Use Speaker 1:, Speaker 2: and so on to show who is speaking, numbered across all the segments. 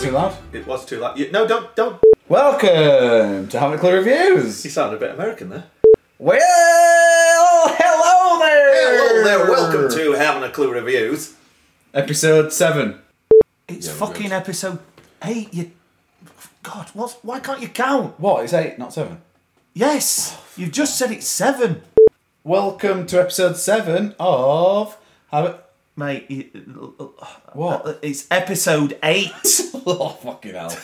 Speaker 1: too loud.
Speaker 2: It was too loud. You- no, don't, don't.
Speaker 1: Welcome to Having a Clear Reviews.
Speaker 2: You sounded a bit American there.
Speaker 1: Well, hello there.
Speaker 2: Hello there. Welcome to Having a Clue Reviews.
Speaker 1: episode seven.
Speaker 3: It's
Speaker 2: Yeah, we're
Speaker 3: fucking
Speaker 2: good.
Speaker 3: episode eight. You, God, what? Why can't you count?
Speaker 1: What? It's eight, not seven.
Speaker 3: Yes, you've just said it's seven,
Speaker 1: Welcome to episode seven of Have
Speaker 3: mate. you-
Speaker 1: What?
Speaker 3: It's episode eight.
Speaker 1: oh fucking hell!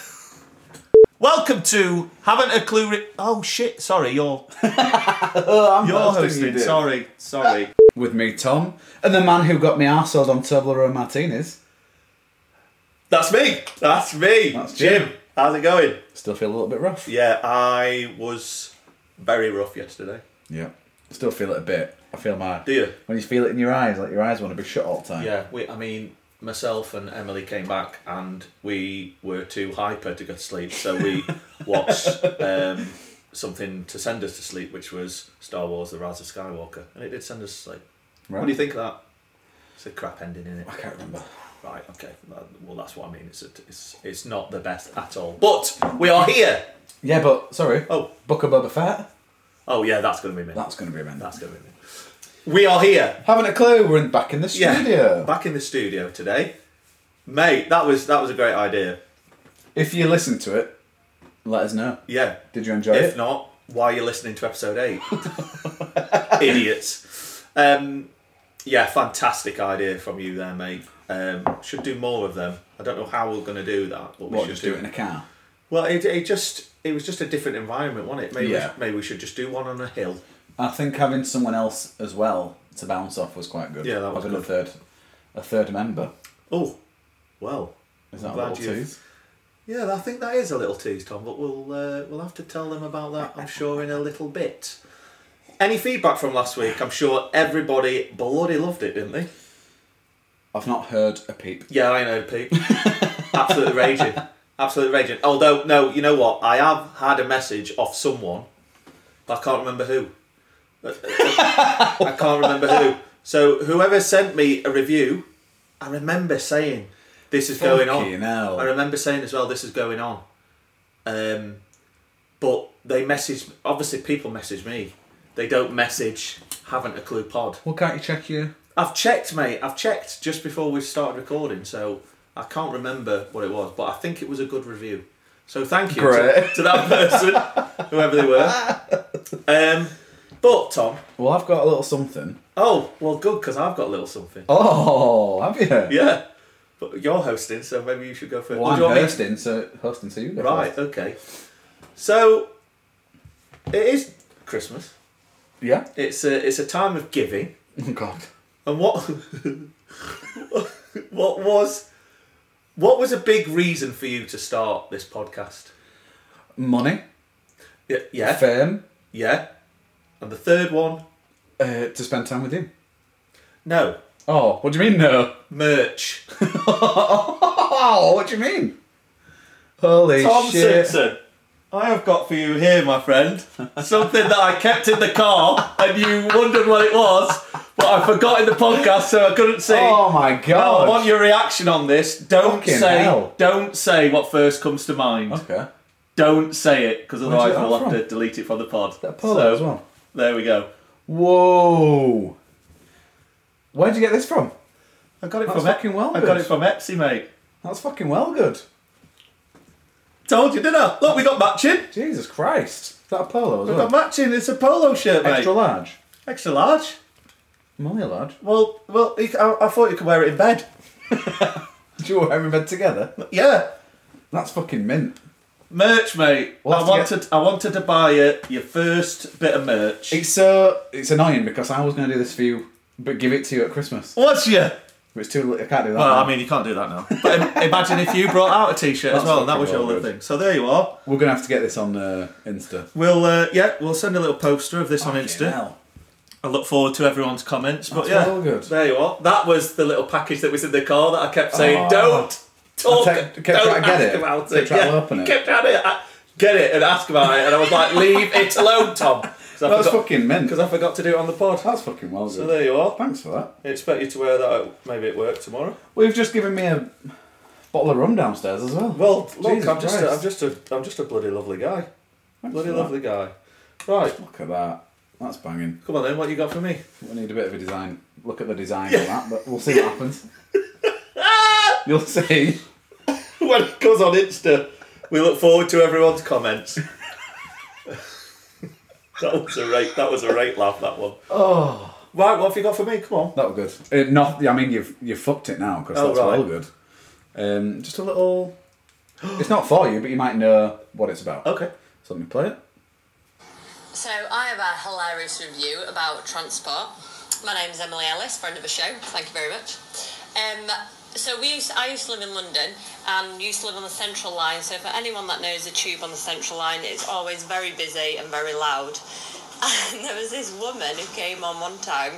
Speaker 3: Welcome to haven't a clue. Re- oh shit! Sorry, you're you're
Speaker 1: hosting,
Speaker 3: hosting.
Speaker 1: dude.
Speaker 3: sorry, sorry.
Speaker 1: With me, Tom, and the man who got me arsehole on Toblerone martinis.
Speaker 2: That's me. That's me.
Speaker 1: That's Jim.
Speaker 2: How's it going?
Speaker 1: Still feel a little bit rough.
Speaker 2: Yeah, I was very rough yesterday.
Speaker 1: Yeah. Still feel it a bit. I feel my.
Speaker 2: Do you?
Speaker 1: When you feel it in your eyes, like your eyes want to be shut all the time.
Speaker 2: Yeah. We. I mean, myself and Emily came back, and we were too hyper to go to sleep, so we watched. Um, Something to send us to sleep, which was Star Wars: The Rise of Skywalker, and it did send us to sleep.
Speaker 1: Right.
Speaker 2: What do you think of that? It's a crap ending, isn't it?
Speaker 1: I can't remember.
Speaker 2: Right. Okay. That- Well, that's what I mean. It's a, it's it's not the best at all. But we are here.
Speaker 1: Yeah, but sorry.
Speaker 2: Oh.
Speaker 1: Book of Boba Fett.
Speaker 2: Oh yeah, that's gonna be me.
Speaker 1: That's going to be amended.
Speaker 2: That's gonna be me. We are here.
Speaker 1: Having a clue, we're in, back in the
Speaker 2: Yeah.
Speaker 1: studio.
Speaker 2: Back in the studio today, mate. That was that was a great idea.
Speaker 1: If you listen to it, let us know.
Speaker 2: Yeah.
Speaker 1: Did you enjoy
Speaker 2: If
Speaker 1: it?
Speaker 2: not, why are you listening to episode eight? Idiots. Um, yeah, fantastic idea from you there, mate. Um, should do more of them. I don't know how we're gonna do that, but we
Speaker 1: What,
Speaker 2: should
Speaker 1: just do it in a car?
Speaker 2: Well, it, it just it was just a different environment, wasn't it? Maybe
Speaker 1: Yeah.
Speaker 2: maybe we should just do one on a hill.
Speaker 1: I think having someone else as well to bounce off was quite good.
Speaker 2: Yeah, that was
Speaker 1: having
Speaker 2: good.
Speaker 1: a third, a third member.
Speaker 2: Oh, well.
Speaker 1: Is that
Speaker 2: I'm
Speaker 1: a little
Speaker 2: glad you've-
Speaker 1: tease?
Speaker 2: Yeah, I think that is a little tease, Tom. But we'll uh, we'll have to tell them about that. I'm sure in a little bit. Any feedback from last week? I'm sure everybody bloody loved it, didn't they?
Speaker 1: I've not heard a peep.
Speaker 2: Yeah, I know, Pete. Absolutely raging. Absolutely raging. Although, no, you know what? I have had a message off someone, but I can't remember who. I can't remember who. So, whoever sent me a review, I remember saying, This is going
Speaker 1: Fucking
Speaker 2: on.
Speaker 1: hell.
Speaker 2: I remember saying as well, This is going on. Um, but they messaged, obviously, people message me. They don't message, haven't a clue pod.
Speaker 1: Well, can't you check your?
Speaker 2: I've checked, mate. I've checked just before we started recording, so I can't remember what it was, but I think it was a good review. So thank you to,
Speaker 1: Great.
Speaker 2: to that person, whoever they were. Um, but Tom,
Speaker 1: Well, I've got a little something.
Speaker 2: oh well, good because I've got a little something.
Speaker 1: Oh, have you?
Speaker 2: Yeah, but you're hosting, so maybe you should go first.
Speaker 1: Well,
Speaker 2: Or
Speaker 1: I'm
Speaker 2: do you want me-
Speaker 1: hosting, so hosting, so you go
Speaker 2: Right.
Speaker 1: first.
Speaker 2: Okay. So it is Christmas.
Speaker 1: Yeah.
Speaker 2: It's a it's a time of giving.
Speaker 1: Oh God.
Speaker 2: And what what was what was a big reason for you to start this podcast?
Speaker 1: Money,
Speaker 2: Yeah, yeah,
Speaker 1: fame,
Speaker 2: yeah. And the third one,
Speaker 1: uh, to spend time with you.
Speaker 2: no,
Speaker 1: Oh, what do you mean no?
Speaker 2: merch.
Speaker 1: Oh, what do you mean? Holy
Speaker 2: Tom
Speaker 1: shit!
Speaker 2: Simpson, I have got for you here, my friend, something that I kept in the car, and you wondered what it was, but I forgot in the podcast, so I couldn't see.
Speaker 1: Oh my
Speaker 2: I
Speaker 1: God!
Speaker 2: want your reaction on this. Don't
Speaker 1: Fucking
Speaker 2: say,
Speaker 1: hell.
Speaker 2: don't say what first comes to mind.
Speaker 1: okay.
Speaker 2: Don't say it because otherwise
Speaker 1: that
Speaker 2: we'll have
Speaker 1: from?
Speaker 2: to delete it from the pod.
Speaker 1: That polo
Speaker 2: So,
Speaker 1: as well.
Speaker 2: There we go.
Speaker 1: Whoa! Where'd you get this from?
Speaker 2: I got it
Speaker 1: That's
Speaker 2: from E-
Speaker 1: fucking well
Speaker 2: I got
Speaker 1: good.
Speaker 2: it from Etsy, mate.
Speaker 1: That's fucking well good.
Speaker 2: Told you, didn't I? Look, we got matching.
Speaker 1: Jesus Christ! Is that a polo as
Speaker 2: We
Speaker 1: well?
Speaker 2: got matching. It's a polo shirt, mate.
Speaker 1: Extra
Speaker 2: Extra,
Speaker 1: large.
Speaker 2: large.
Speaker 1: I'm only large.
Speaker 2: Well, well, you, c- I, I thought you could wear it in bed.
Speaker 1: Do you all wear them in bed together?
Speaker 2: Yeah,
Speaker 1: That's fucking mint.
Speaker 2: merch, mate.
Speaker 1: We'll have
Speaker 2: I
Speaker 1: to
Speaker 2: wanted, I wanted to buy you your first bit of merch.
Speaker 1: It's so it's annoying because I was going to do this for you, but give it to you at Christmas.
Speaker 2: What's your?
Speaker 1: But it's too late. I can't do that.
Speaker 2: Well,
Speaker 1: now.
Speaker 2: I mean, you can't do that now. But im- imagine if you brought out a t-shirt as
Speaker 1: That's
Speaker 2: well. and That
Speaker 1: fucking
Speaker 2: was your
Speaker 1: well
Speaker 2: other
Speaker 1: good.
Speaker 2: thing. So there you are.
Speaker 1: we're going to have to get this on uh, Insta.
Speaker 2: We'll uh, yeah, we'll send a little poster of this on
Speaker 1: Fucking
Speaker 2: Insta.
Speaker 1: hell.
Speaker 2: I look forward to everyone's comments. But
Speaker 1: That's
Speaker 2: yeah,
Speaker 1: well good.
Speaker 2: there you are. That was the little package that was in the car that I kept saying,
Speaker 1: Oh.
Speaker 2: "Don't talk,
Speaker 1: I te- kept
Speaker 2: don't
Speaker 1: trying to get
Speaker 2: ask
Speaker 1: it.
Speaker 2: about
Speaker 1: Kept
Speaker 2: it."
Speaker 1: trying to
Speaker 2: Yeah,
Speaker 1: open it.
Speaker 2: kept trying to uh, get it and ask about it, and I was like, "Leave it alone, Tom," because I,
Speaker 1: That's
Speaker 2: forgot-
Speaker 1: fucking mint.
Speaker 2: 'cause I forgot to do it on the pod.
Speaker 1: That's fucking well
Speaker 2: So
Speaker 1: good.
Speaker 2: there you are.
Speaker 1: Thanks for that.
Speaker 2: I expect you to wear that out maybe at work tomorrow.
Speaker 1: Well, you've just given me a bottle of rum downstairs as well.
Speaker 2: Well, look,
Speaker 1: Jesus
Speaker 2: I'm just, a,
Speaker 1: Christ.
Speaker 2: I'm just a, I'm just a bloody lovely guy.
Speaker 1: Thanks
Speaker 2: Bloody
Speaker 1: for that.
Speaker 2: lovely guy. Right,
Speaker 1: Look at that. That's banging.
Speaker 2: come on then. What you got for me?
Speaker 1: We need a bit of a design. Look at the design for that, but we'll see what happens. You'll see.
Speaker 2: when it goes on Insta, we look forward to everyone's comments. that was a right. That was a right laugh. That one. Oh, right. What have you got for me? Come on.
Speaker 1: That was good. Uh, not, I mean, you've you've fucked it now because
Speaker 2: Oh,
Speaker 1: that's
Speaker 2: right.
Speaker 1: well good. Um, just a little. It's not for you, but you might know what it's about.
Speaker 2: Okay.
Speaker 1: So let me play it.
Speaker 4: So I have a hilarious review about transport. My name's Emily Ellis, friend of the show. Thank you very much. Um, so we used, I used to live in London and used to live on the Central Line. So for anyone that knows the tube on the Central Line, it's always very busy and very loud. And there was this woman who came on one time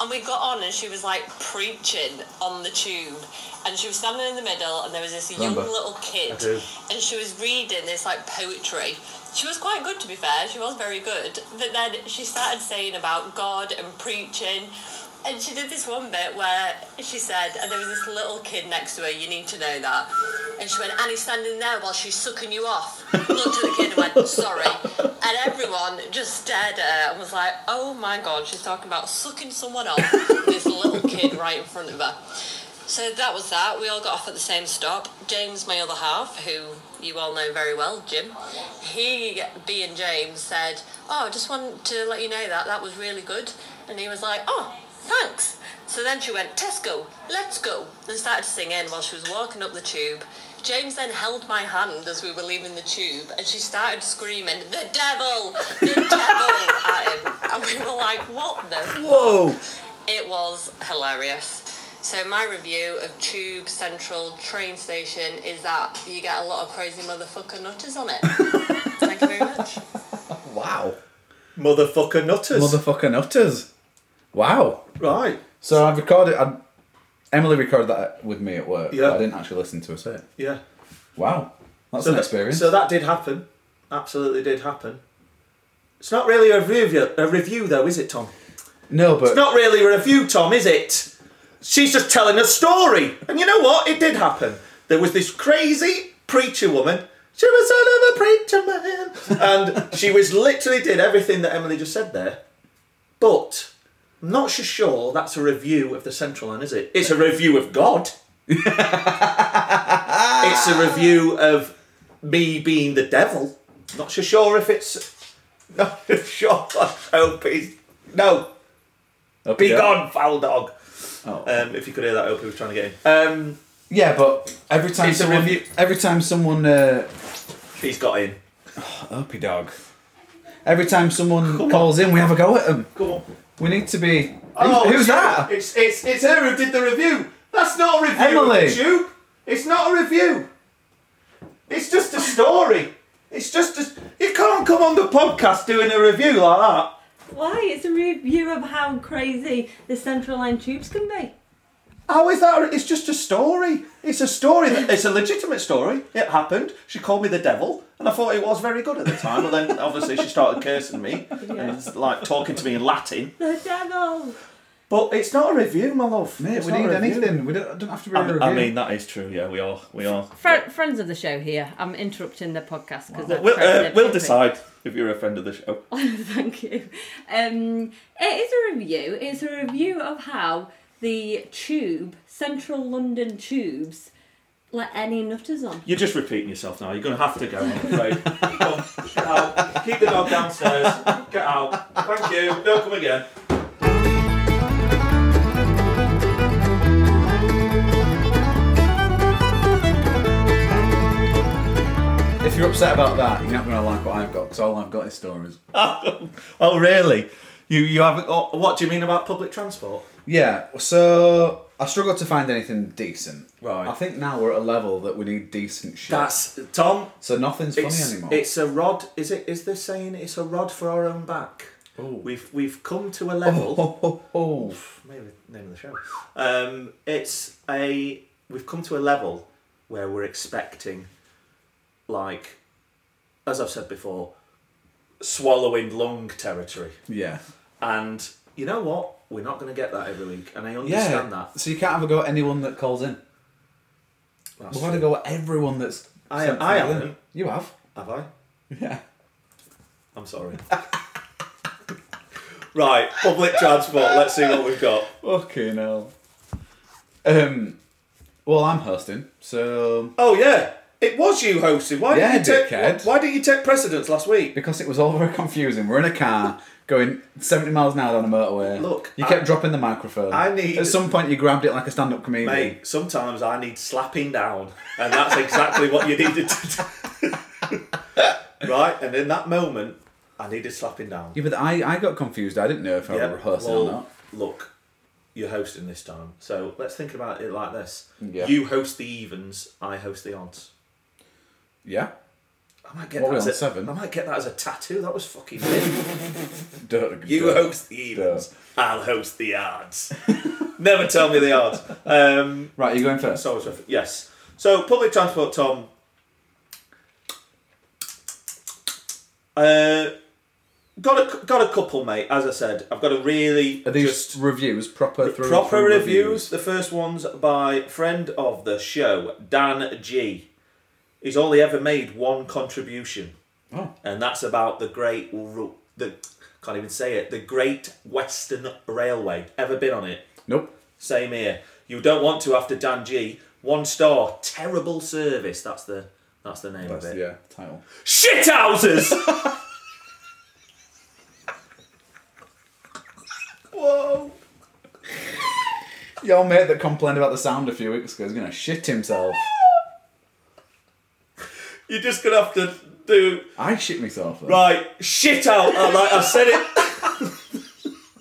Speaker 4: and we got on and she was like preaching on the tube and she was standing in the middle and there was this young
Speaker 1: Remember.
Speaker 4: little kid
Speaker 2: I do.
Speaker 4: and she was reading this like poetry. She was quite good to be fair, she was very good. But then she started saying about God and preaching. And she did this one bit where she said, and there was this little kid next to her, you need to know that. And she went, and he's standing there while she's sucking you off. Looked at the kid and went, sorry. And everyone just stared at her and was like, oh my god, she's talking about sucking someone off. this little kid right in front of her. So that was that. We all got off at the same stop. James, my other half, who you all know very well, Jim, he, being James, said, Oh, I just wanted to let you know that. That was really good. And he was like, Oh, thanks. So then she went, Tesco, let's go. And started singing while she was walking up the tube. James then held my hand as we were leaving the tube and she started screaming, The devil! The devil! at him. And we were like, What the
Speaker 2: Whoa.
Speaker 4: it was hilarious. So my review of Tube Central train station is that you get a lot of crazy motherfucker nutters on it. Thank you very much.
Speaker 1: Wow.
Speaker 2: Motherfucker nutters.
Speaker 1: Motherfucking nutters. Wow.
Speaker 2: right.
Speaker 1: So I've recorded. I, Emily recorded that with me at work.
Speaker 2: Yeah.
Speaker 1: but I didn't actually listen to her say it.
Speaker 2: Yeah.
Speaker 1: Wow. That's
Speaker 2: So
Speaker 1: an
Speaker 2: that-
Speaker 1: experience.
Speaker 2: so that did happen. Absolutely did happen. It's not really a review, a review though, is it, Tom?
Speaker 1: no, but
Speaker 2: It's not really a review, Tom, is it? She's just telling a story. And you know what? It did happen. There was this crazy preacher woman. She was son of a preacher man. And she was literally did everything that Emily just said there. But I'm not so sure that's a review of the Central Line, is it? It's a review of God. it's a review of me being the devil. Not so sure if it's. Not so sure. I hope it's. No,
Speaker 1: Up
Speaker 2: be
Speaker 1: you go.
Speaker 2: gone, foul dog.
Speaker 1: Oh.
Speaker 2: Um, if you could hear that, Opie was trying to get in. Um,
Speaker 1: Yeah, but every time
Speaker 2: It's a
Speaker 1: someone,
Speaker 2: review-
Speaker 1: every time someone, uh,
Speaker 2: he's got in.
Speaker 1: uppy dog. Every time someone calls in, we have a go at them.
Speaker 2: Come on. Oh,
Speaker 1: We need to be. Who- who's that?
Speaker 2: It's, it's it's her who did the review. That's not a review.
Speaker 1: Emily.
Speaker 2: Tube. It's not a review. It's just a story. It's just a. You can't come on the podcast doing a review like that.
Speaker 5: Why? It's a review of how crazy the central line tubes can be.
Speaker 2: How is that? It's just a story. It's a story. That, it's a legitimate story. It happened. She called me the devil, and I thought it was very good at the time. But then, obviously, she started cursing me and like talking to me in Latin.
Speaker 5: The devil.
Speaker 2: But it's not a review, my love.
Speaker 1: Mate,
Speaker 2: It's
Speaker 1: we
Speaker 2: not
Speaker 1: need
Speaker 2: a review.
Speaker 1: anything. We don't, don't have to be a
Speaker 2: I,
Speaker 1: review.
Speaker 2: I mean, that is true. Yeah, we are. We are.
Speaker 5: Fri friends of the show here. I'm interrupting the podcast because
Speaker 2: We'll, uh, we'll decide if you're a friend of the show.
Speaker 5: Thank you. Um, it is a review. It's a review of how the tube, central London tubes, let any nutters on.
Speaker 2: You're just repeating yourself now. You're going to have to go. I'm afraid. Go on, get out. Keep the dog downstairs. Get out. Thank you. Don't come again.
Speaker 1: if you're upset about that, you're not going to like what I've got because all I've got is stories.
Speaker 2: Oh, really? You you haven't. Oh, what do you mean about public transport?
Speaker 1: Yeah. So I struggle to find anything decent.
Speaker 2: Right.
Speaker 1: I think now we're at a level that we need decent shit.
Speaker 2: That's Tom.
Speaker 1: so nothing's funny
Speaker 2: It's,
Speaker 1: anymore.
Speaker 2: it's a rod. Is it? Is this saying it's a rod for our own back?
Speaker 1: Ooh.
Speaker 2: We've we've come to a level.
Speaker 1: Oh, oh, oh.
Speaker 2: maybe the name of the show. Um, it's a we've come to a level where we're expecting, like, as I've said before, swallowing lung territory,
Speaker 1: Yeah.
Speaker 2: and you know what? We're not going to get that every week, and I
Speaker 1: Yeah.
Speaker 2: understand that.
Speaker 1: So you can't have a go at anyone that calls in.
Speaker 2: That's
Speaker 1: We've had to go at everyone that's.
Speaker 2: I-
Speaker 1: sent
Speaker 2: I
Speaker 1: something in.
Speaker 2: haven't.
Speaker 1: You have.
Speaker 2: Have I?
Speaker 1: Yeah.
Speaker 2: I'm sorry. right, public transport. Let's see what we've got.
Speaker 1: Fucking hell. Um. Well, I'm hosting, so
Speaker 2: Oh yeah, it was you hosting. Why
Speaker 1: Yeah,
Speaker 2: didn't you take?
Speaker 1: dickhead.
Speaker 2: Why didn't you take precedence last week?
Speaker 1: because it was all very confusing, we're in a car going 70 miles an hour down a motorway.
Speaker 2: Look,
Speaker 1: you
Speaker 2: I-
Speaker 1: kept dropping the microphone.
Speaker 2: I need-
Speaker 1: At some point, you grabbed it like a stand-up comedian.
Speaker 2: Mate, sometimes I need slapping down, and that's exactly what you needed to do. right, and in that moment, I needed slapping down.
Speaker 1: Yeah, but I, I got confused. I didn't know if I
Speaker 2: Yeah,
Speaker 1: were rehearsing
Speaker 2: well,
Speaker 1: or not.
Speaker 2: Look, you're hosting this time, so let's think about it like this:
Speaker 1: Yeah.
Speaker 2: you host the evens, I host the odds.
Speaker 1: Yeah.
Speaker 2: I might get
Speaker 1: What are we
Speaker 2: that as
Speaker 1: on,
Speaker 2: a,
Speaker 1: seven?
Speaker 2: I might get that as a tattoo. That was fucking. Weird.
Speaker 1: Don't-
Speaker 2: You
Speaker 1: don't.
Speaker 2: host the evens. I'll host the odds. Never tell me the odds. Um,
Speaker 1: Right, you're going first.
Speaker 2: so I was ref- yes. So public transport, Tom. Uh, got a got a couple, mate. As I said, I've got a really
Speaker 1: Are these
Speaker 2: just
Speaker 1: reviews proper through
Speaker 2: proper
Speaker 1: through
Speaker 2: reviews. The first one's by friend of the show, Dan G. He's only ever made one contribution,
Speaker 1: Oh.
Speaker 2: and that's about the Great Ru- the can't even say it. The Great Western Railway. Ever been on it?
Speaker 1: Nope.
Speaker 2: Same here. You don't want to after Dan G. One star. Terrible service. That's the that's the name of it.
Speaker 1: Yeah, title.
Speaker 2: Shithouses! Whoa.
Speaker 1: Your mate that complained about the sound a few weeks ago is going to shit himself.
Speaker 2: You're just gonna have to do
Speaker 1: I shit myself. though.
Speaker 2: right. Shit out. I like. I said it.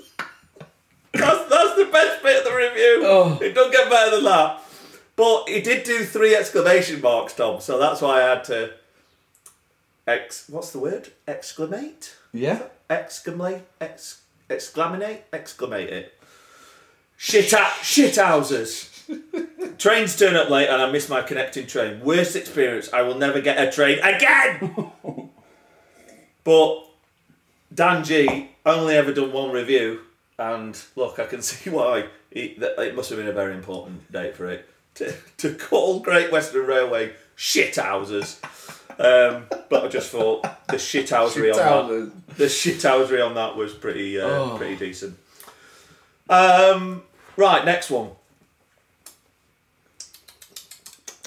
Speaker 2: that's that's the best bit of the review.
Speaker 1: Oh.
Speaker 2: It don't get better than that. But he did do three exclamation marks, Tom. So that's why I had to. Ex. What's the word? Exclamate.
Speaker 1: Yeah.
Speaker 2: exclamate, ex, exclaminate, exclamate it. Shit at shithouses. Trains turn up late and I miss my connecting train. Worst experience. I will never get a train again. but Dan G only ever done one review, and look, I can see why it, that it must have been a very important date for it to, to call Great Western Railway shithouses. Um, but I just thought the shithousery on
Speaker 1: Shithouses.
Speaker 2: that the shithousery on that was pretty uh,
Speaker 1: Oh.
Speaker 2: pretty decent. Um, right, next one.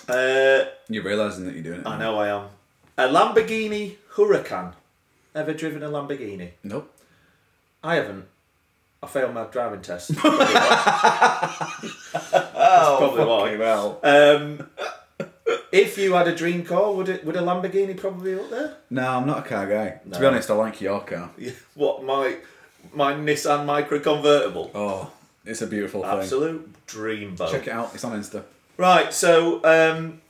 Speaker 2: Uh,
Speaker 1: You're realising that you're doing it.
Speaker 2: I know I am. A Lamborghini Huracan. Ever driven a Lamborghini?
Speaker 1: Nope.
Speaker 2: I haven't. I failed my driving test.
Speaker 1: Oh,
Speaker 2: probably why.
Speaker 1: fucking hell.
Speaker 2: um, if you had a dream car, would it would a Lamborghini probably be up there?
Speaker 1: No, I'm not a car guy. To be honest, I like your car.
Speaker 2: Yeah, What my my Nissan Micra convertible?
Speaker 1: Oh, it's a beautiful thing.
Speaker 2: Absolute dream boat.
Speaker 1: Check it out. It's on Insta.
Speaker 2: Right, so um,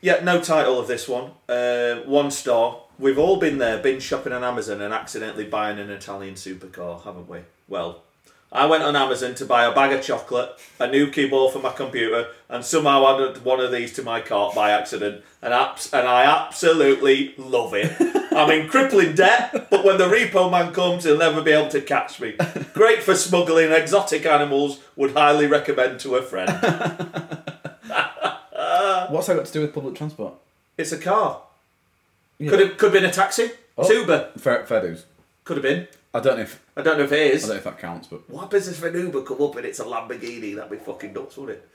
Speaker 2: yeah, no title of this one. Uh, one star. We've all been there, been shopping on Amazon and accidentally buying an Italian supercar, haven't we? Well, I went on Amazon to buy a bag of chocolate, a new keyboard for my computer, and somehow added one of these to my cart by accident, and abs- and I absolutely love it. I'm in crippling debt, but when the repo man comes, he'll never be able to catch me. Great for smuggling exotic animals. Would highly recommend to a friend.
Speaker 1: What's that got to do with public transport?
Speaker 2: It's a car. Could have could have been a taxi.
Speaker 1: Oh.
Speaker 2: It's Uber.
Speaker 1: Fair, fair dues.
Speaker 2: Could have been.
Speaker 1: I don't know if
Speaker 2: I don't know if it
Speaker 1: I
Speaker 2: is.
Speaker 1: don't know if that counts, but
Speaker 2: What happens if an Uber come up and it's a Lamborghini? That'd be fucking nuts, wouldn't it?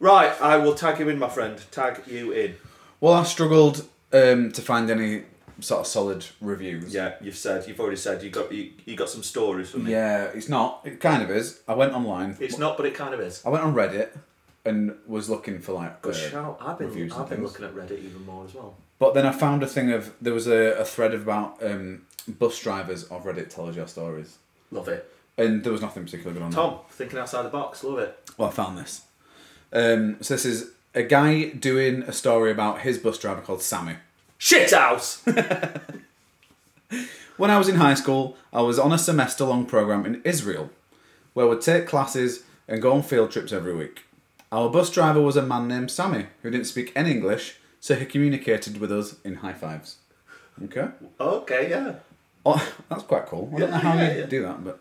Speaker 2: Right, I will tag you in, my friend. Tag you in.
Speaker 1: well, I struggled um, to find any sort of solid reviews.
Speaker 2: Yeah, you've said. You've already said. You got you, you got some stories for me.
Speaker 1: Yeah, it's not. It kind of is. I went online.
Speaker 2: It's not, but it kind of is.
Speaker 1: I went on Reddit and was looking for like.
Speaker 2: Good
Speaker 1: uh,
Speaker 2: shout. I've been
Speaker 1: reviews and
Speaker 2: I've been
Speaker 1: things.
Speaker 2: looking at Reddit even more as well.
Speaker 1: But then I found a thing of there was a, a thread about um, bus drivers of Reddit tells your stories,
Speaker 2: Love it.
Speaker 1: and there was nothing particularly good on
Speaker 2: Tom, thinking outside the box. Love it.
Speaker 1: that. Well, I found this. Um, so this is a guy doing a story about his bus driver called Sammy.
Speaker 2: Shit house.
Speaker 1: When I was in high school, I was on a semester long program in Israel, where we'd take classes and go on field trips every week. Our bus driver was a man named Sammy who didn't speak any English, so he communicated with us in high fives. Okay?
Speaker 2: okay, yeah.
Speaker 1: Oh, that's quite cool. I don't know how
Speaker 2: Yeah,
Speaker 1: you
Speaker 2: yeah.
Speaker 1: do that, but.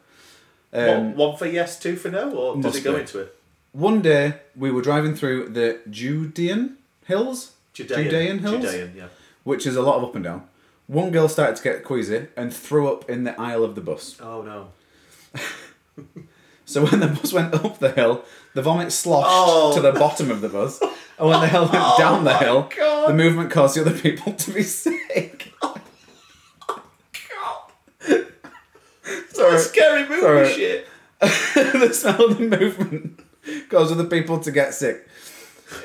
Speaker 2: One- one, for yes, two for no, or does
Speaker 1: Um, must
Speaker 2: it go
Speaker 1: be.
Speaker 2: into it?
Speaker 1: One day we were driving through the Judean Hills,
Speaker 2: Judean,
Speaker 1: Hills,
Speaker 2: Judean, yeah.
Speaker 1: which is a lot of up and down. One girl started to get queasy and threw up in the aisle of the bus.
Speaker 2: Oh no.
Speaker 1: So when the bus went up the hill, the vomit sloshed
Speaker 2: Oh.
Speaker 1: to the bottom of the bus. And when the hill went down the hill,
Speaker 2: God. Oh
Speaker 1: the movement caused the other people to be sick. Sorry.
Speaker 2: Scary movie
Speaker 1: Sorry.
Speaker 2: shit.
Speaker 1: the smell of the movement caused other people to get sick.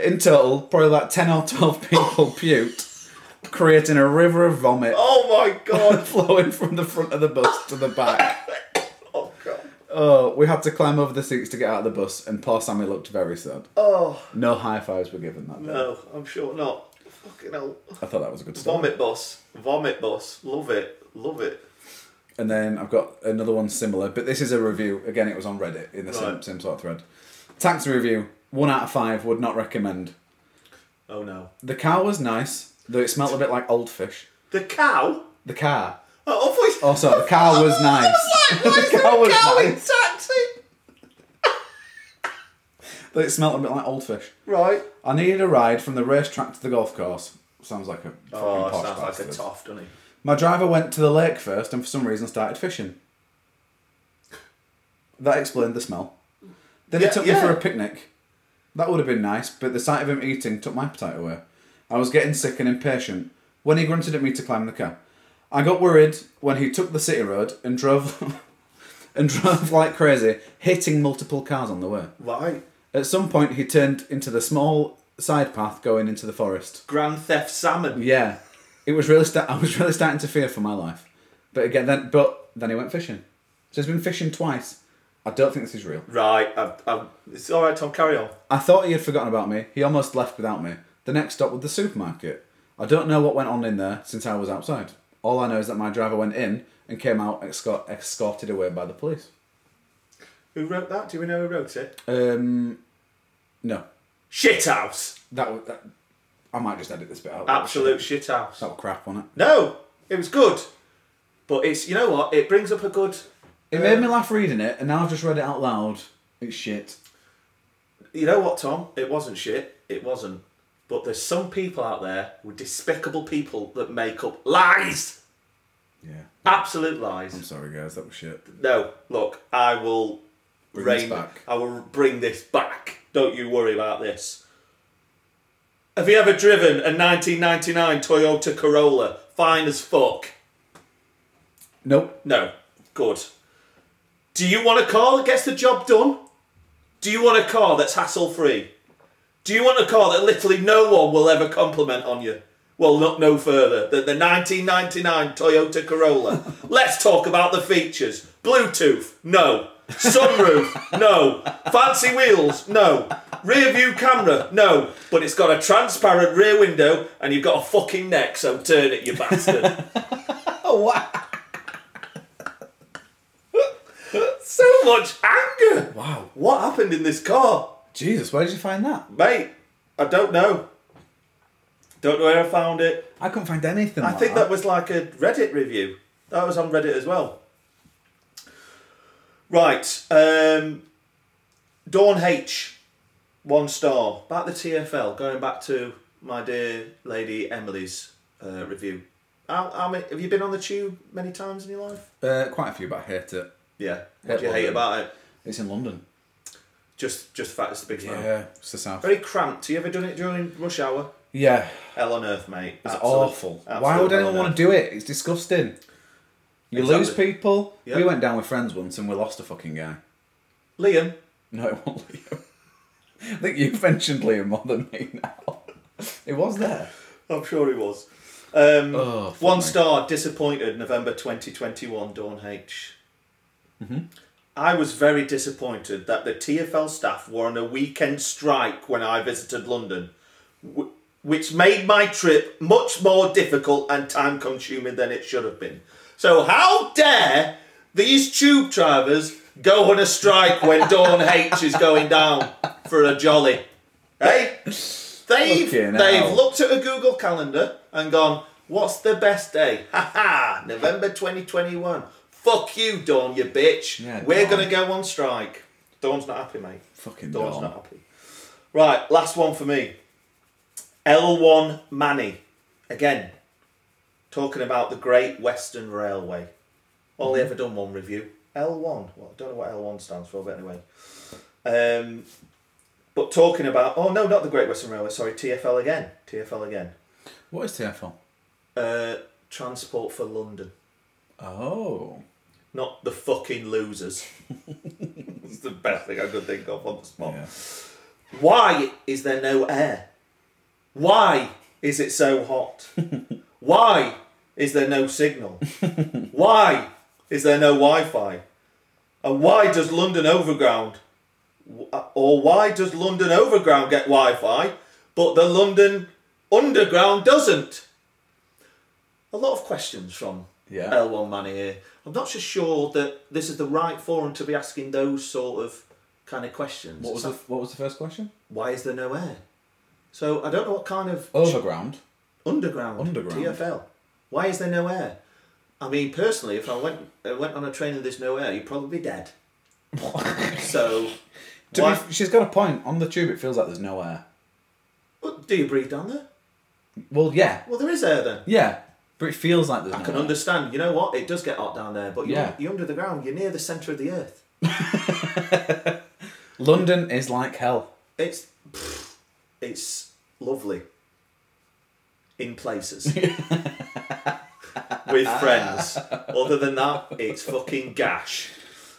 Speaker 1: In total, probably like 10 or 12 people puked, creating a river of vomit
Speaker 2: Oh my god.
Speaker 1: flowing from the front of the bus to the back.
Speaker 2: oh god.
Speaker 1: Oh, we had to climb over the seats to get out of the bus, and poor Sammy looked very sad.
Speaker 2: Oh
Speaker 1: No high fives were given that day.
Speaker 2: no, I'm sure not. Fucking hell.
Speaker 1: I thought that was a good story.
Speaker 2: Vomit bus. Vomit bus. Love it. Love it.
Speaker 1: And then I've got another one similar, but this is a review. Again, it was on Reddit in the same,
Speaker 2: Right.
Speaker 1: same sort of thread. Taxi review, one out of five, would not recommend.
Speaker 2: Oh no.
Speaker 1: The car was nice, though it smelled a bit like old fish.
Speaker 2: The cow?
Speaker 1: The car.
Speaker 2: Oh, I thought you-
Speaker 1: Also, the car was nice.
Speaker 2: Why is
Speaker 1: The
Speaker 2: there
Speaker 1: cow
Speaker 2: a
Speaker 1: was
Speaker 2: cow in
Speaker 1: nice.
Speaker 2: taxi?
Speaker 1: Though it smelled a bit like old fish.
Speaker 2: Right.
Speaker 1: I needed a ride from the racetrack to the golf course. Sounds like a fucking
Speaker 2: Oh,
Speaker 1: posh
Speaker 2: sounds like a
Speaker 1: bastard.
Speaker 2: toff, doesn't he?
Speaker 1: My driver went to the lake first and for some reason started fishing. That explained the smell. Then
Speaker 2: Yeah,
Speaker 1: he took me
Speaker 2: yeah.
Speaker 1: for a picnic. That would have been nice, but the sight of him eating took my appetite away. I was getting sick and impatient when he grunted at me to climb the car. I got worried when he took the city road and drove and drove like crazy, hitting multiple cars on the way.
Speaker 2: Right.
Speaker 1: At some point he turned into the small side path going into the forest.
Speaker 2: Grand Theft Salmon.
Speaker 1: Yeah, it was really. Sta- I was really starting to fear for my life. But again, then but then he went fishing. So he's been fishing twice. I don't think this is real.
Speaker 2: Right. I've, I've, it's all right, Tom. Carry on.
Speaker 1: I thought he had forgotten about me. He almost left without me. The next stop was the supermarket. I don't know what went on in there since I was outside. All I know is that my driver went in and came out escort- escorted away by the police.
Speaker 2: Who wrote that? Do we know who wrote it?
Speaker 1: Um, no,
Speaker 2: Shithouse.
Speaker 1: that was. That, I might just edit this bit out.
Speaker 2: Absolute shithouse.
Speaker 1: That was crap, wasn't it?
Speaker 2: No, it was good. But it's, you know what? It brings up a good.
Speaker 1: It made me laugh reading it, and now I've just read it out loud. It's shit.
Speaker 2: You know what, Tom? It wasn't shit. It wasn't. But there's some people out there who are despicable people that make up lies.
Speaker 1: Yeah.
Speaker 2: Absolute lies.
Speaker 1: Sorry, guys, that was shit.
Speaker 2: No, look, I will
Speaker 1: Bring
Speaker 2: rein-
Speaker 1: this back.
Speaker 2: I will bring this back. Don't you worry about this. Have you ever driven a 1999 Toyota Corolla? Fine as fuck.
Speaker 1: Nope.
Speaker 2: No. Good. Do you want a car that gets the job done? Do you want a car that's hassle free? Do you want a car that literally no one will ever compliment on you? Well, look no further than the 1999 Toyota Corolla. Let's talk about the features. Bluetooth? No. Sunroof? No. Fancy wheels? No. Rear view camera? No. But it's got a transparent rear window and you've got a fucking neck, so turn it, you bastard.
Speaker 1: Oh wow!
Speaker 2: so much anger!
Speaker 1: Wow.
Speaker 2: What happened in this car?
Speaker 1: Jesus, where did you find that?
Speaker 2: Mate, I don't know. Don't know where I found it.
Speaker 1: I couldn't find anything.
Speaker 2: I think that was like a Reddit review. That was on Reddit as well. Right. Um, Dawn H, one star. About the TFL, going back to my dear lady Emily's uh, review. How, how many, have you been on the tube many times in your life?
Speaker 1: uh, quite a few, but I hate it.
Speaker 2: Yeah. What do you
Speaker 1: Yeah,
Speaker 2: hate
Speaker 1: well,
Speaker 2: about it?
Speaker 1: It's in London. Oh.
Speaker 2: Just just the fact it's the big smile.
Speaker 1: Yeah, it's the south.
Speaker 2: Very cramped. You ever done it during rush hour?
Speaker 1: Yeah,
Speaker 2: Hell on earth, mate.
Speaker 1: it's awful. Why would anyone want to do it? It's disgusting. You lose
Speaker 2: Exactly.
Speaker 1: people.
Speaker 2: Yeah.
Speaker 1: We went down with friends once and we lost a fucking guy.
Speaker 2: do Liam?
Speaker 1: No, it wasn't Liam. I think you've mentioned Liam more than me now. It was there.
Speaker 2: I'm sure he was. Um,
Speaker 1: Oh, fuck
Speaker 2: one
Speaker 1: me.
Speaker 2: star, disappointed, November 2021, Dawn H.
Speaker 1: Mm-hmm.
Speaker 2: I was very disappointed that the TFL staff were on a weekend strike when I visited London, wh- which made my trip much more difficult and time consuming than it should have been. So, how dare these tube drivers go on a strike when Dawn H is going down for a jolly? Hey? They've,
Speaker 1: Fucking
Speaker 2: they've
Speaker 1: hell.
Speaker 2: looked at a Google calendar and gone, what's the best day? Ha ha! November 2021. Fuck you, Dawn, you bitch.
Speaker 1: Yeah,
Speaker 2: We're
Speaker 1: Dawn.
Speaker 2: going to go on strike. Dawn's not happy, mate.
Speaker 1: Fucking
Speaker 2: Dawn's
Speaker 1: Dawn.
Speaker 2: not happy. Right, last one for me. L1 Manny. Again, talking about the Great Western Railway. Only
Speaker 1: Mm-hmm.
Speaker 2: ever done one review. L1. Well, I don't know what L1 stands for, but anyway. Um, but talking about, oh no, not the Great Western Railway, sorry, TFL again. TFL again.
Speaker 1: What is TFL?
Speaker 2: Uh, Transport for London.
Speaker 1: Oh.
Speaker 2: Not the fucking losers. It's the best thing I could think of on the spot.
Speaker 1: Yeah.
Speaker 2: Why is there no air? Why is it so hot? Why is there no signal? Why is there no Wi Fi? And why does London Overground, or why does London Overground get Wi Fi, but the London Underground doesn't? A lot of questions from
Speaker 1: Yeah.
Speaker 2: L1 Manny here. I'm not so sure that this is the right forum to be asking those sort of kind of questions.
Speaker 1: What was
Speaker 2: It's
Speaker 1: the What was the first question?
Speaker 2: why is there no air? So I don't know what kind of
Speaker 1: Overground.
Speaker 2: underground,
Speaker 1: Oh, Underground.
Speaker 2: TFL. Why is there no air? I mean, personally, if I went I went on a train and there's no air, you're probably dead. so,
Speaker 1: To be,
Speaker 2: why,
Speaker 1: f- she's got a point. On the tube, it feels like there's no air.
Speaker 2: what, do you breathe down there?
Speaker 1: Well, yeah,
Speaker 2: Well, there is air then.
Speaker 1: yeah, but it feels like there's.
Speaker 2: I
Speaker 1: no
Speaker 2: can
Speaker 1: air.
Speaker 2: understand. You know what? It does get hot down there, but you're,
Speaker 1: Uh-huh. Yeah.
Speaker 2: you're under the ground. You're near the centre of the earth.
Speaker 1: London is like hell.
Speaker 2: It's pfft, it's lovely. In places. With friends. Other than that, it's fucking gash.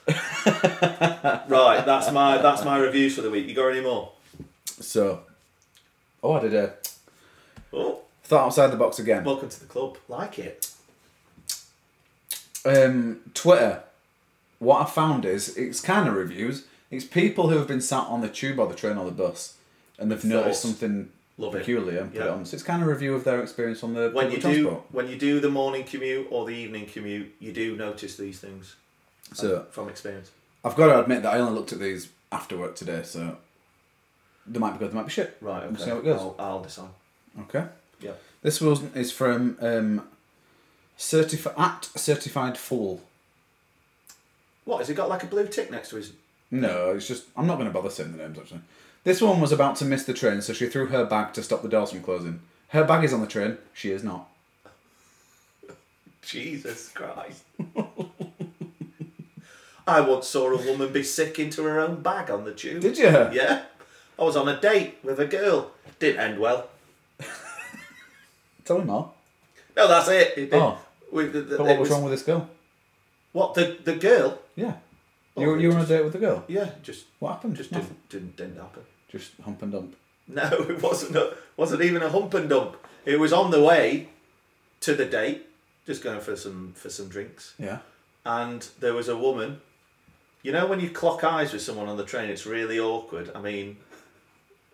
Speaker 2: right, that's my that's my reviews for the week. You got any more?
Speaker 1: So, oh, I did a
Speaker 2: Oh,
Speaker 1: thought outside the box again.
Speaker 2: welcome to the club. Like it.
Speaker 1: um, Twitter. What I found is it's kind of reviews. It's people who have been sat on the tube or the train or the bus, and they've noticed
Speaker 2: Thoughts.
Speaker 1: something
Speaker 2: Love it.
Speaker 1: peculiar and put it
Speaker 2: Yeah.
Speaker 1: on. So it's kind of review of their experience on the public
Speaker 2: When you do
Speaker 1: transport.
Speaker 2: when you do the morning commute or the evening commute, you do notice these things
Speaker 1: So
Speaker 2: from experience.
Speaker 1: I've got to admit that I only looked at these after work today. So they might be good, they might be shit.
Speaker 2: Right, okay.
Speaker 1: We'll see how it goes.
Speaker 2: I'll, I'll decide.
Speaker 1: Okay.
Speaker 2: Yeah.
Speaker 1: This one is from um, certifi- at certified fool.
Speaker 2: What, has he got like a blue tick next to his
Speaker 1: No, it's just I'm not going to bother saying the names actually. This one was about to miss the train, so she threw her bag to stop the doors from closing. Her bag is on the train. She is not.
Speaker 2: Jesus Christ. I once saw a woman be sick into her own bag on the tube.
Speaker 1: Did you? Yeah.
Speaker 2: Yeah. I was on a date with a girl. Didn't end well.
Speaker 1: Tell me more.
Speaker 2: No, that's it. it did.
Speaker 1: Oh.
Speaker 2: We- the- the-
Speaker 1: But
Speaker 2: it
Speaker 1: what was wrong with this girl? Oh,
Speaker 2: What, the, the girl?
Speaker 1: Yeah. you were, you were on a date with the girl.
Speaker 2: Yeah, just
Speaker 1: What happened?
Speaker 2: just
Speaker 1: Nothing.
Speaker 2: didn't, didn't didn't happen.
Speaker 1: Just hump and dump.
Speaker 2: No, it wasn't a, wasn't even a hump and dump. It was on the way to the date, just going for some for some drinks.
Speaker 1: Yeah.
Speaker 2: and there was a woman. You know when you clock eyes with someone on the train, it's really awkward. I mean,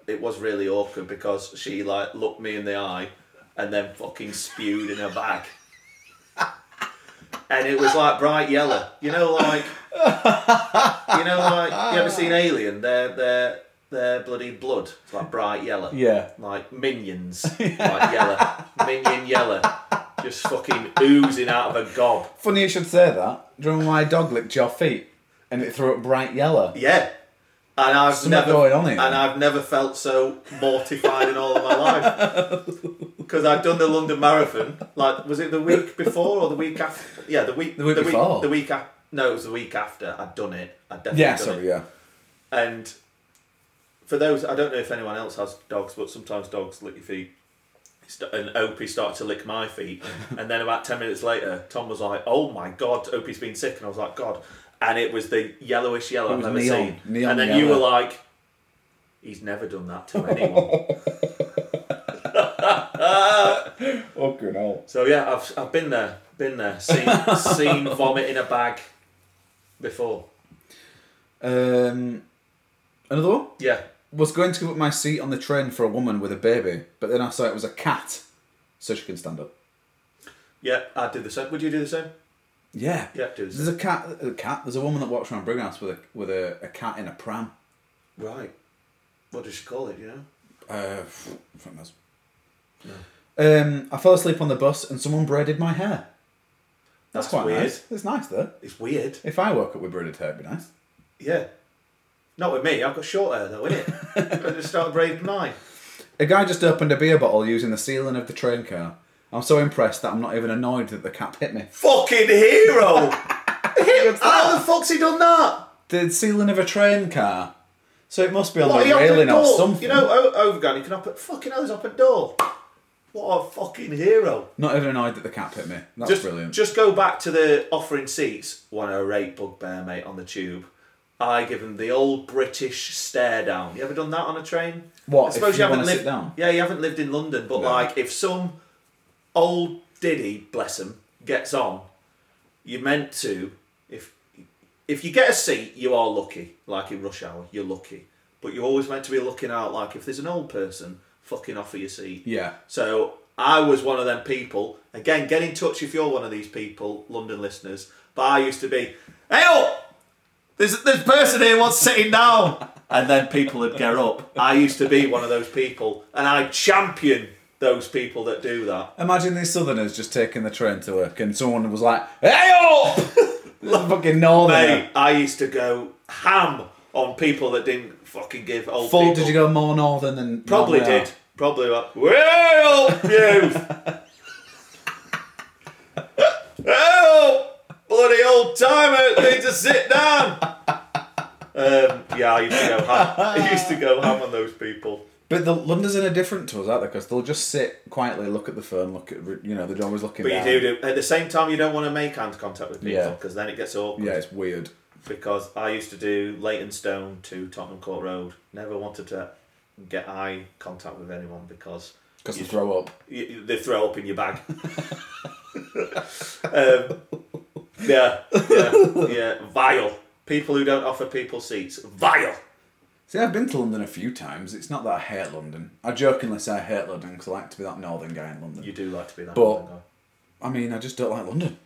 Speaker 2: it was really awkward because she like looked me in the eye, and then fucking spewed in her bag, and it was like bright yellow. You know, like you know, like you ever seen Alien? Their their their bloody blood, it's like bright yellow
Speaker 1: Yeah.
Speaker 2: like minions, like yellow, minion yellow, just fucking oozing out of a gob.
Speaker 1: Funny you should say that. Do you remember my dog licked your feet and it threw up bright yellow?
Speaker 2: Yeah. And I've
Speaker 1: Something
Speaker 2: never
Speaker 1: going on here.
Speaker 2: and I've never felt so mortified in all of my life. Because I'd done the London Marathon. Like, was it the week before or the week after? Yeah, the week.
Speaker 1: The week before.
Speaker 2: the week after. No, it was the week after. I'd done it. I'd definitely
Speaker 1: Yeah.
Speaker 2: done
Speaker 1: Sorry.
Speaker 2: it.
Speaker 1: Yeah.
Speaker 2: And for those, I don't know if anyone else has dogs, but sometimes dogs lick your feet. St- And Opie started to lick my feet, and then about ten minutes later, Tom was like, "Oh my god, Opie's been sick," and I was like, "God," and it was the yellowish yellow
Speaker 1: It
Speaker 2: I've
Speaker 1: was
Speaker 2: never
Speaker 1: neon-
Speaker 2: seen.
Speaker 1: neon
Speaker 2: and then you
Speaker 1: yellow.
Speaker 2: were like, "He's never done that to anyone."
Speaker 1: Fucking hell.
Speaker 2: so yeah, I've I've been there, been there, seen seen vomit in a bag before.
Speaker 1: Um. Another one.
Speaker 2: Yeah,
Speaker 1: was going to give up my seat on the train for a woman with a baby, but then I saw it was a cat, so she can stand up.
Speaker 2: yeah, I'd do the same. Would you do the same?
Speaker 1: Yeah.
Speaker 2: Yeah, do the
Speaker 1: There's a cat. A cat. There's a woman that walks around Brighouse with a with a, a cat in a pram.
Speaker 2: Right. What does she call it? You know.
Speaker 1: Uh, f- fuck knows. Um, I fell asleep on the bus and someone braided my hair. That's,
Speaker 2: That's
Speaker 1: quite
Speaker 2: weird.
Speaker 1: nice. It's nice though.
Speaker 2: It's weird.
Speaker 1: If I woke up with braided hair, it'd be nice.
Speaker 2: Yeah. Not with me. I've got short hair though, innit? I just start braiding mine.
Speaker 1: A guy just opened a beer bottle using the ceiling of the train car. I'm so impressed that I'm not even annoyed that the cap hit me.
Speaker 2: Fucking hero! How the fuck's he done that?
Speaker 1: The ceiling of a train car. So it must be on
Speaker 2: What, he
Speaker 1: the
Speaker 2: opened
Speaker 1: railing
Speaker 2: a
Speaker 1: or
Speaker 2: door.
Speaker 1: something.
Speaker 2: You know, o- Overground, he can open. Fucking hell, he's opened a door. What a fucking hero.
Speaker 1: not even annoyed that the cap hit me. That's
Speaker 2: just,
Speaker 1: brilliant.
Speaker 2: Just go back to the offering seats. One oh eight bugbear mate on the tube. I give him the old British stare down. You ever done that on a train?
Speaker 1: What,
Speaker 2: I
Speaker 1: if
Speaker 2: suppose
Speaker 1: you
Speaker 2: haven't
Speaker 1: wanna
Speaker 2: lived.
Speaker 1: sit down?
Speaker 2: Yeah, you haven't lived in London, but
Speaker 1: No.
Speaker 2: like if some old diddy, bless him, gets on, you're meant to. If if you get a seat, you are lucky. Like in rush hour, you're lucky. But you're always meant to be looking out. Like if there's an old person, fucking offer your seat.
Speaker 1: yeah.
Speaker 2: So I was one of them people. Again, get in touch if you're one of these people, London listeners. But I used to be, hey up, there's this person here wants sitting down, and then people would get up. I used to be one of those people, and I champion those people that do that.
Speaker 1: Imagine these southerners just taking the train to work and someone was like, Hey up! fucking northerner.
Speaker 2: Mate, I used to go ham on people that didn't fucking give old
Speaker 1: Full,
Speaker 2: people.
Speaker 1: did you go more northern than
Speaker 2: Probably
Speaker 1: normally
Speaker 2: did. Probably went, Well, you! Well, bloody old timer, need to sit down! Um, yeah, I used to go ham. I used to go ham on those people.
Speaker 1: But the Londoners are different to us, aren't they? Because they'll just sit quietly, look at the phone, look at you know they're always looking.
Speaker 2: But you
Speaker 1: down.
Speaker 2: do, do. At the same time, you don't want to make hand contact with people
Speaker 1: Yeah.
Speaker 2: because then it gets awkward.
Speaker 1: Yeah, it's weird.
Speaker 2: Because I used to do Leighton Stone to Tottenham Court Road. Never wanted to get eye contact with anyone because
Speaker 1: Because they throw up.
Speaker 2: you, you- they throw up in your bag. um, yeah, yeah, yeah. Vile. People who don't offer people seats. Vile.
Speaker 1: See, I've been to London a few times. It's not that I hate London. I jokingly say I hate London because I like to be that northern guy in London.
Speaker 2: You do like to be that.
Speaker 1: But-
Speaker 2: kind of guy.
Speaker 1: I mean, I just don't like London.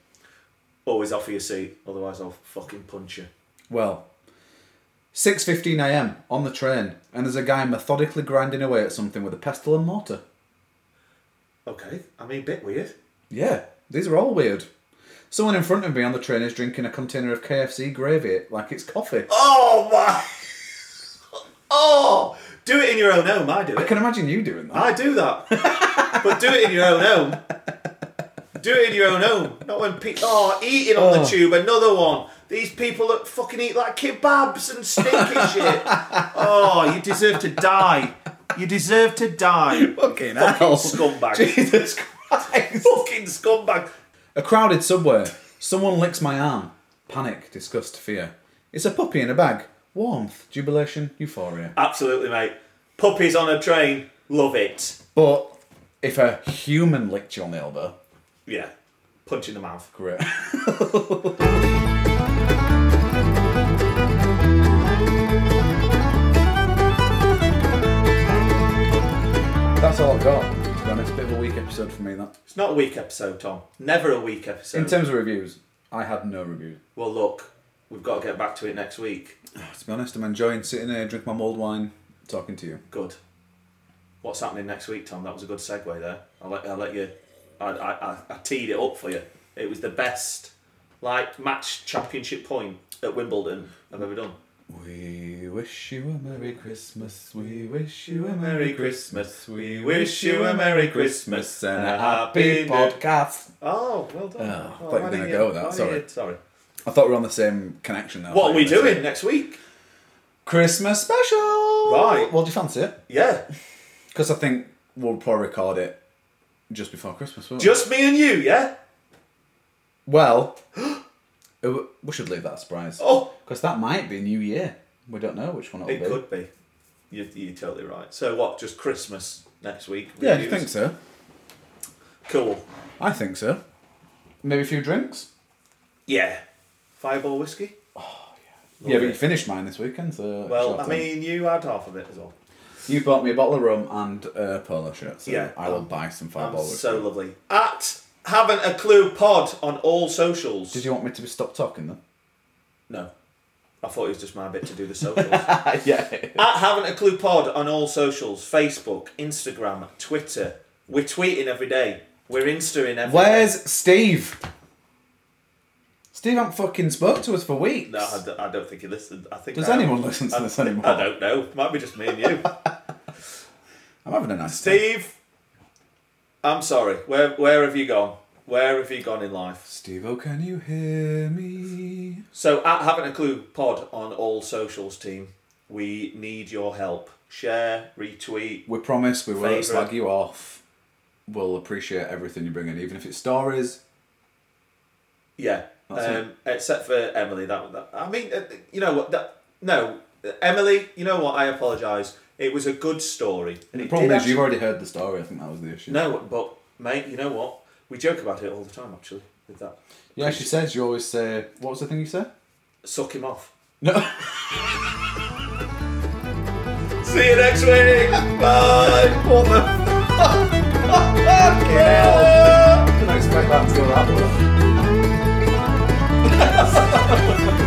Speaker 2: always offer your seat, otherwise I'll fucking punch you.
Speaker 1: Well, 6:15 a.m. on the train, and there's a guy methodically grinding away at something with a pestle and mortar.
Speaker 2: Okay. I mean, bit weird.
Speaker 1: Yeah, these are all weird. Someone in front of me on the train is drinking a container of KFC gravy like it's coffee.
Speaker 2: Oh my. Oh, do it in your own home. I do
Speaker 1: I
Speaker 2: it.
Speaker 1: can imagine you doing that.
Speaker 2: I do that. but do it in your own home. Do it in your own home. Not when people. Oh, eating on the
Speaker 1: Oh.
Speaker 2: tube, another one. These people that fucking eat like kebabs and stinky shit. Oh, you deserve to die. You deserve to die.
Speaker 1: Fucking hell.
Speaker 2: scumbag.
Speaker 1: Jesus Christ.
Speaker 2: fucking scumbag.
Speaker 1: A crowded subway. Someone licks my arm. Panic, disgust, fear. It's a puppy in a bag. Warmth, jubilation, euphoria.
Speaker 2: Absolutely, mate. Puppies on a train. Love it.
Speaker 1: But if a human licked you on the elbow,
Speaker 2: Yeah. Punch in the mouth.
Speaker 1: great. That's all I've got. To be honest, bit of a weak episode for me. That
Speaker 2: It's not a weak episode, Tom. Never a weak episode.
Speaker 1: in terms of reviews, I had no reviews.
Speaker 2: well, look, we've got to get back to it next week.
Speaker 1: To be honest, I'm enjoying sitting here, drinking my mulled wine, talking to you.
Speaker 2: Good. What's happening next week, Tom? That was a good segue there. I'll let, I'll let you. I, I, I, I teed it up for you. It was the best, like, match championship point at Wimbledon I've ever done.
Speaker 1: We wish you a Merry Christmas. We wish you a
Speaker 2: Merry Christmas. We wish you a Merry Christmas and a happy new-
Speaker 1: podcast.
Speaker 2: Oh, well done.
Speaker 1: Oh, I thought
Speaker 2: why
Speaker 1: you were gonna
Speaker 2: didn't
Speaker 1: go with that,
Speaker 2: why
Speaker 1: sorry.
Speaker 2: didn't sorry.
Speaker 1: I thought we were on the same connection now.
Speaker 2: What are we doing next week?
Speaker 1: Christmas special.
Speaker 2: Right.
Speaker 1: Well, do you fancy it?
Speaker 2: Yeah.
Speaker 1: Because I think we'll probably record it just before Christmas. Won't we?
Speaker 2: Just me and you, yeah?
Speaker 1: well, uh, we should leave that a surprise.
Speaker 2: Oh.
Speaker 1: because that might be New Year. We don't know which one it'll
Speaker 2: It
Speaker 1: be.
Speaker 2: could be. You, you're totally right. So, what? Just Christmas next week?
Speaker 1: Yeah, do you think
Speaker 2: Reviews?
Speaker 1: so?
Speaker 2: Cool.
Speaker 1: I think so. Maybe a few drinks.
Speaker 2: Yeah. Fireball whiskey?
Speaker 1: yeah, but you finished mine this weekend, so
Speaker 2: Oh, Well,
Speaker 1: shall
Speaker 2: I
Speaker 1: take-
Speaker 2: mean, you had half of it as well.
Speaker 1: You bought me a bottle of rum and a polo shirt, so
Speaker 2: Yeah,
Speaker 1: I will
Speaker 2: um,
Speaker 1: buy some
Speaker 2: I'm
Speaker 1: fireball. with
Speaker 2: so
Speaker 1: you.
Speaker 2: lovely. At haven't a clue pod on all socials.
Speaker 1: Did you want me to stop talking then?
Speaker 2: No. I thought it was just my bit to do the socials.
Speaker 1: yeah.
Speaker 2: At haven't a clue pod on all socials: Facebook, Instagram, Twitter. We're tweeting every day. We're instaing every day.
Speaker 1: Where's Steve? Steve hasn't fucking spoke to us for weeks.
Speaker 2: No, I don't, I don't think he listened. I think
Speaker 1: Does
Speaker 2: I-
Speaker 1: anyone listen to this anymore?
Speaker 2: I don't know. Might be just me and you.
Speaker 1: I'm having a nice day.
Speaker 2: Steve, I'm sorry. Where where have you gone? Where have you gone in life?
Speaker 1: Steve, oh, can you hear me?
Speaker 2: So at having a clue pod on all socials team, we need your help. Share, retweet.
Speaker 1: We promise we won't
Speaker 2: Favourite.
Speaker 1: slag you off. We'll appreciate everything you bring in, even if it's stories.
Speaker 2: Yeah.
Speaker 1: That's
Speaker 2: Um, except for Emily, that, that I mean, uh, you know what? That, no, Emily. You know what? I apologise. It was a good story. And
Speaker 1: The
Speaker 2: it
Speaker 1: problem
Speaker 2: did
Speaker 1: is, you've
Speaker 2: actually-
Speaker 1: already heard the story. I think that was the issue.
Speaker 2: No, but mate, you know what? We joke about it all the time. Actually, with that,
Speaker 1: Yeah, she says you always say. What was the thing you said?
Speaker 2: suck him off.
Speaker 1: No.
Speaker 2: See you next week. Bye. What the fuck?
Speaker 1: I didn't expect that to go that well.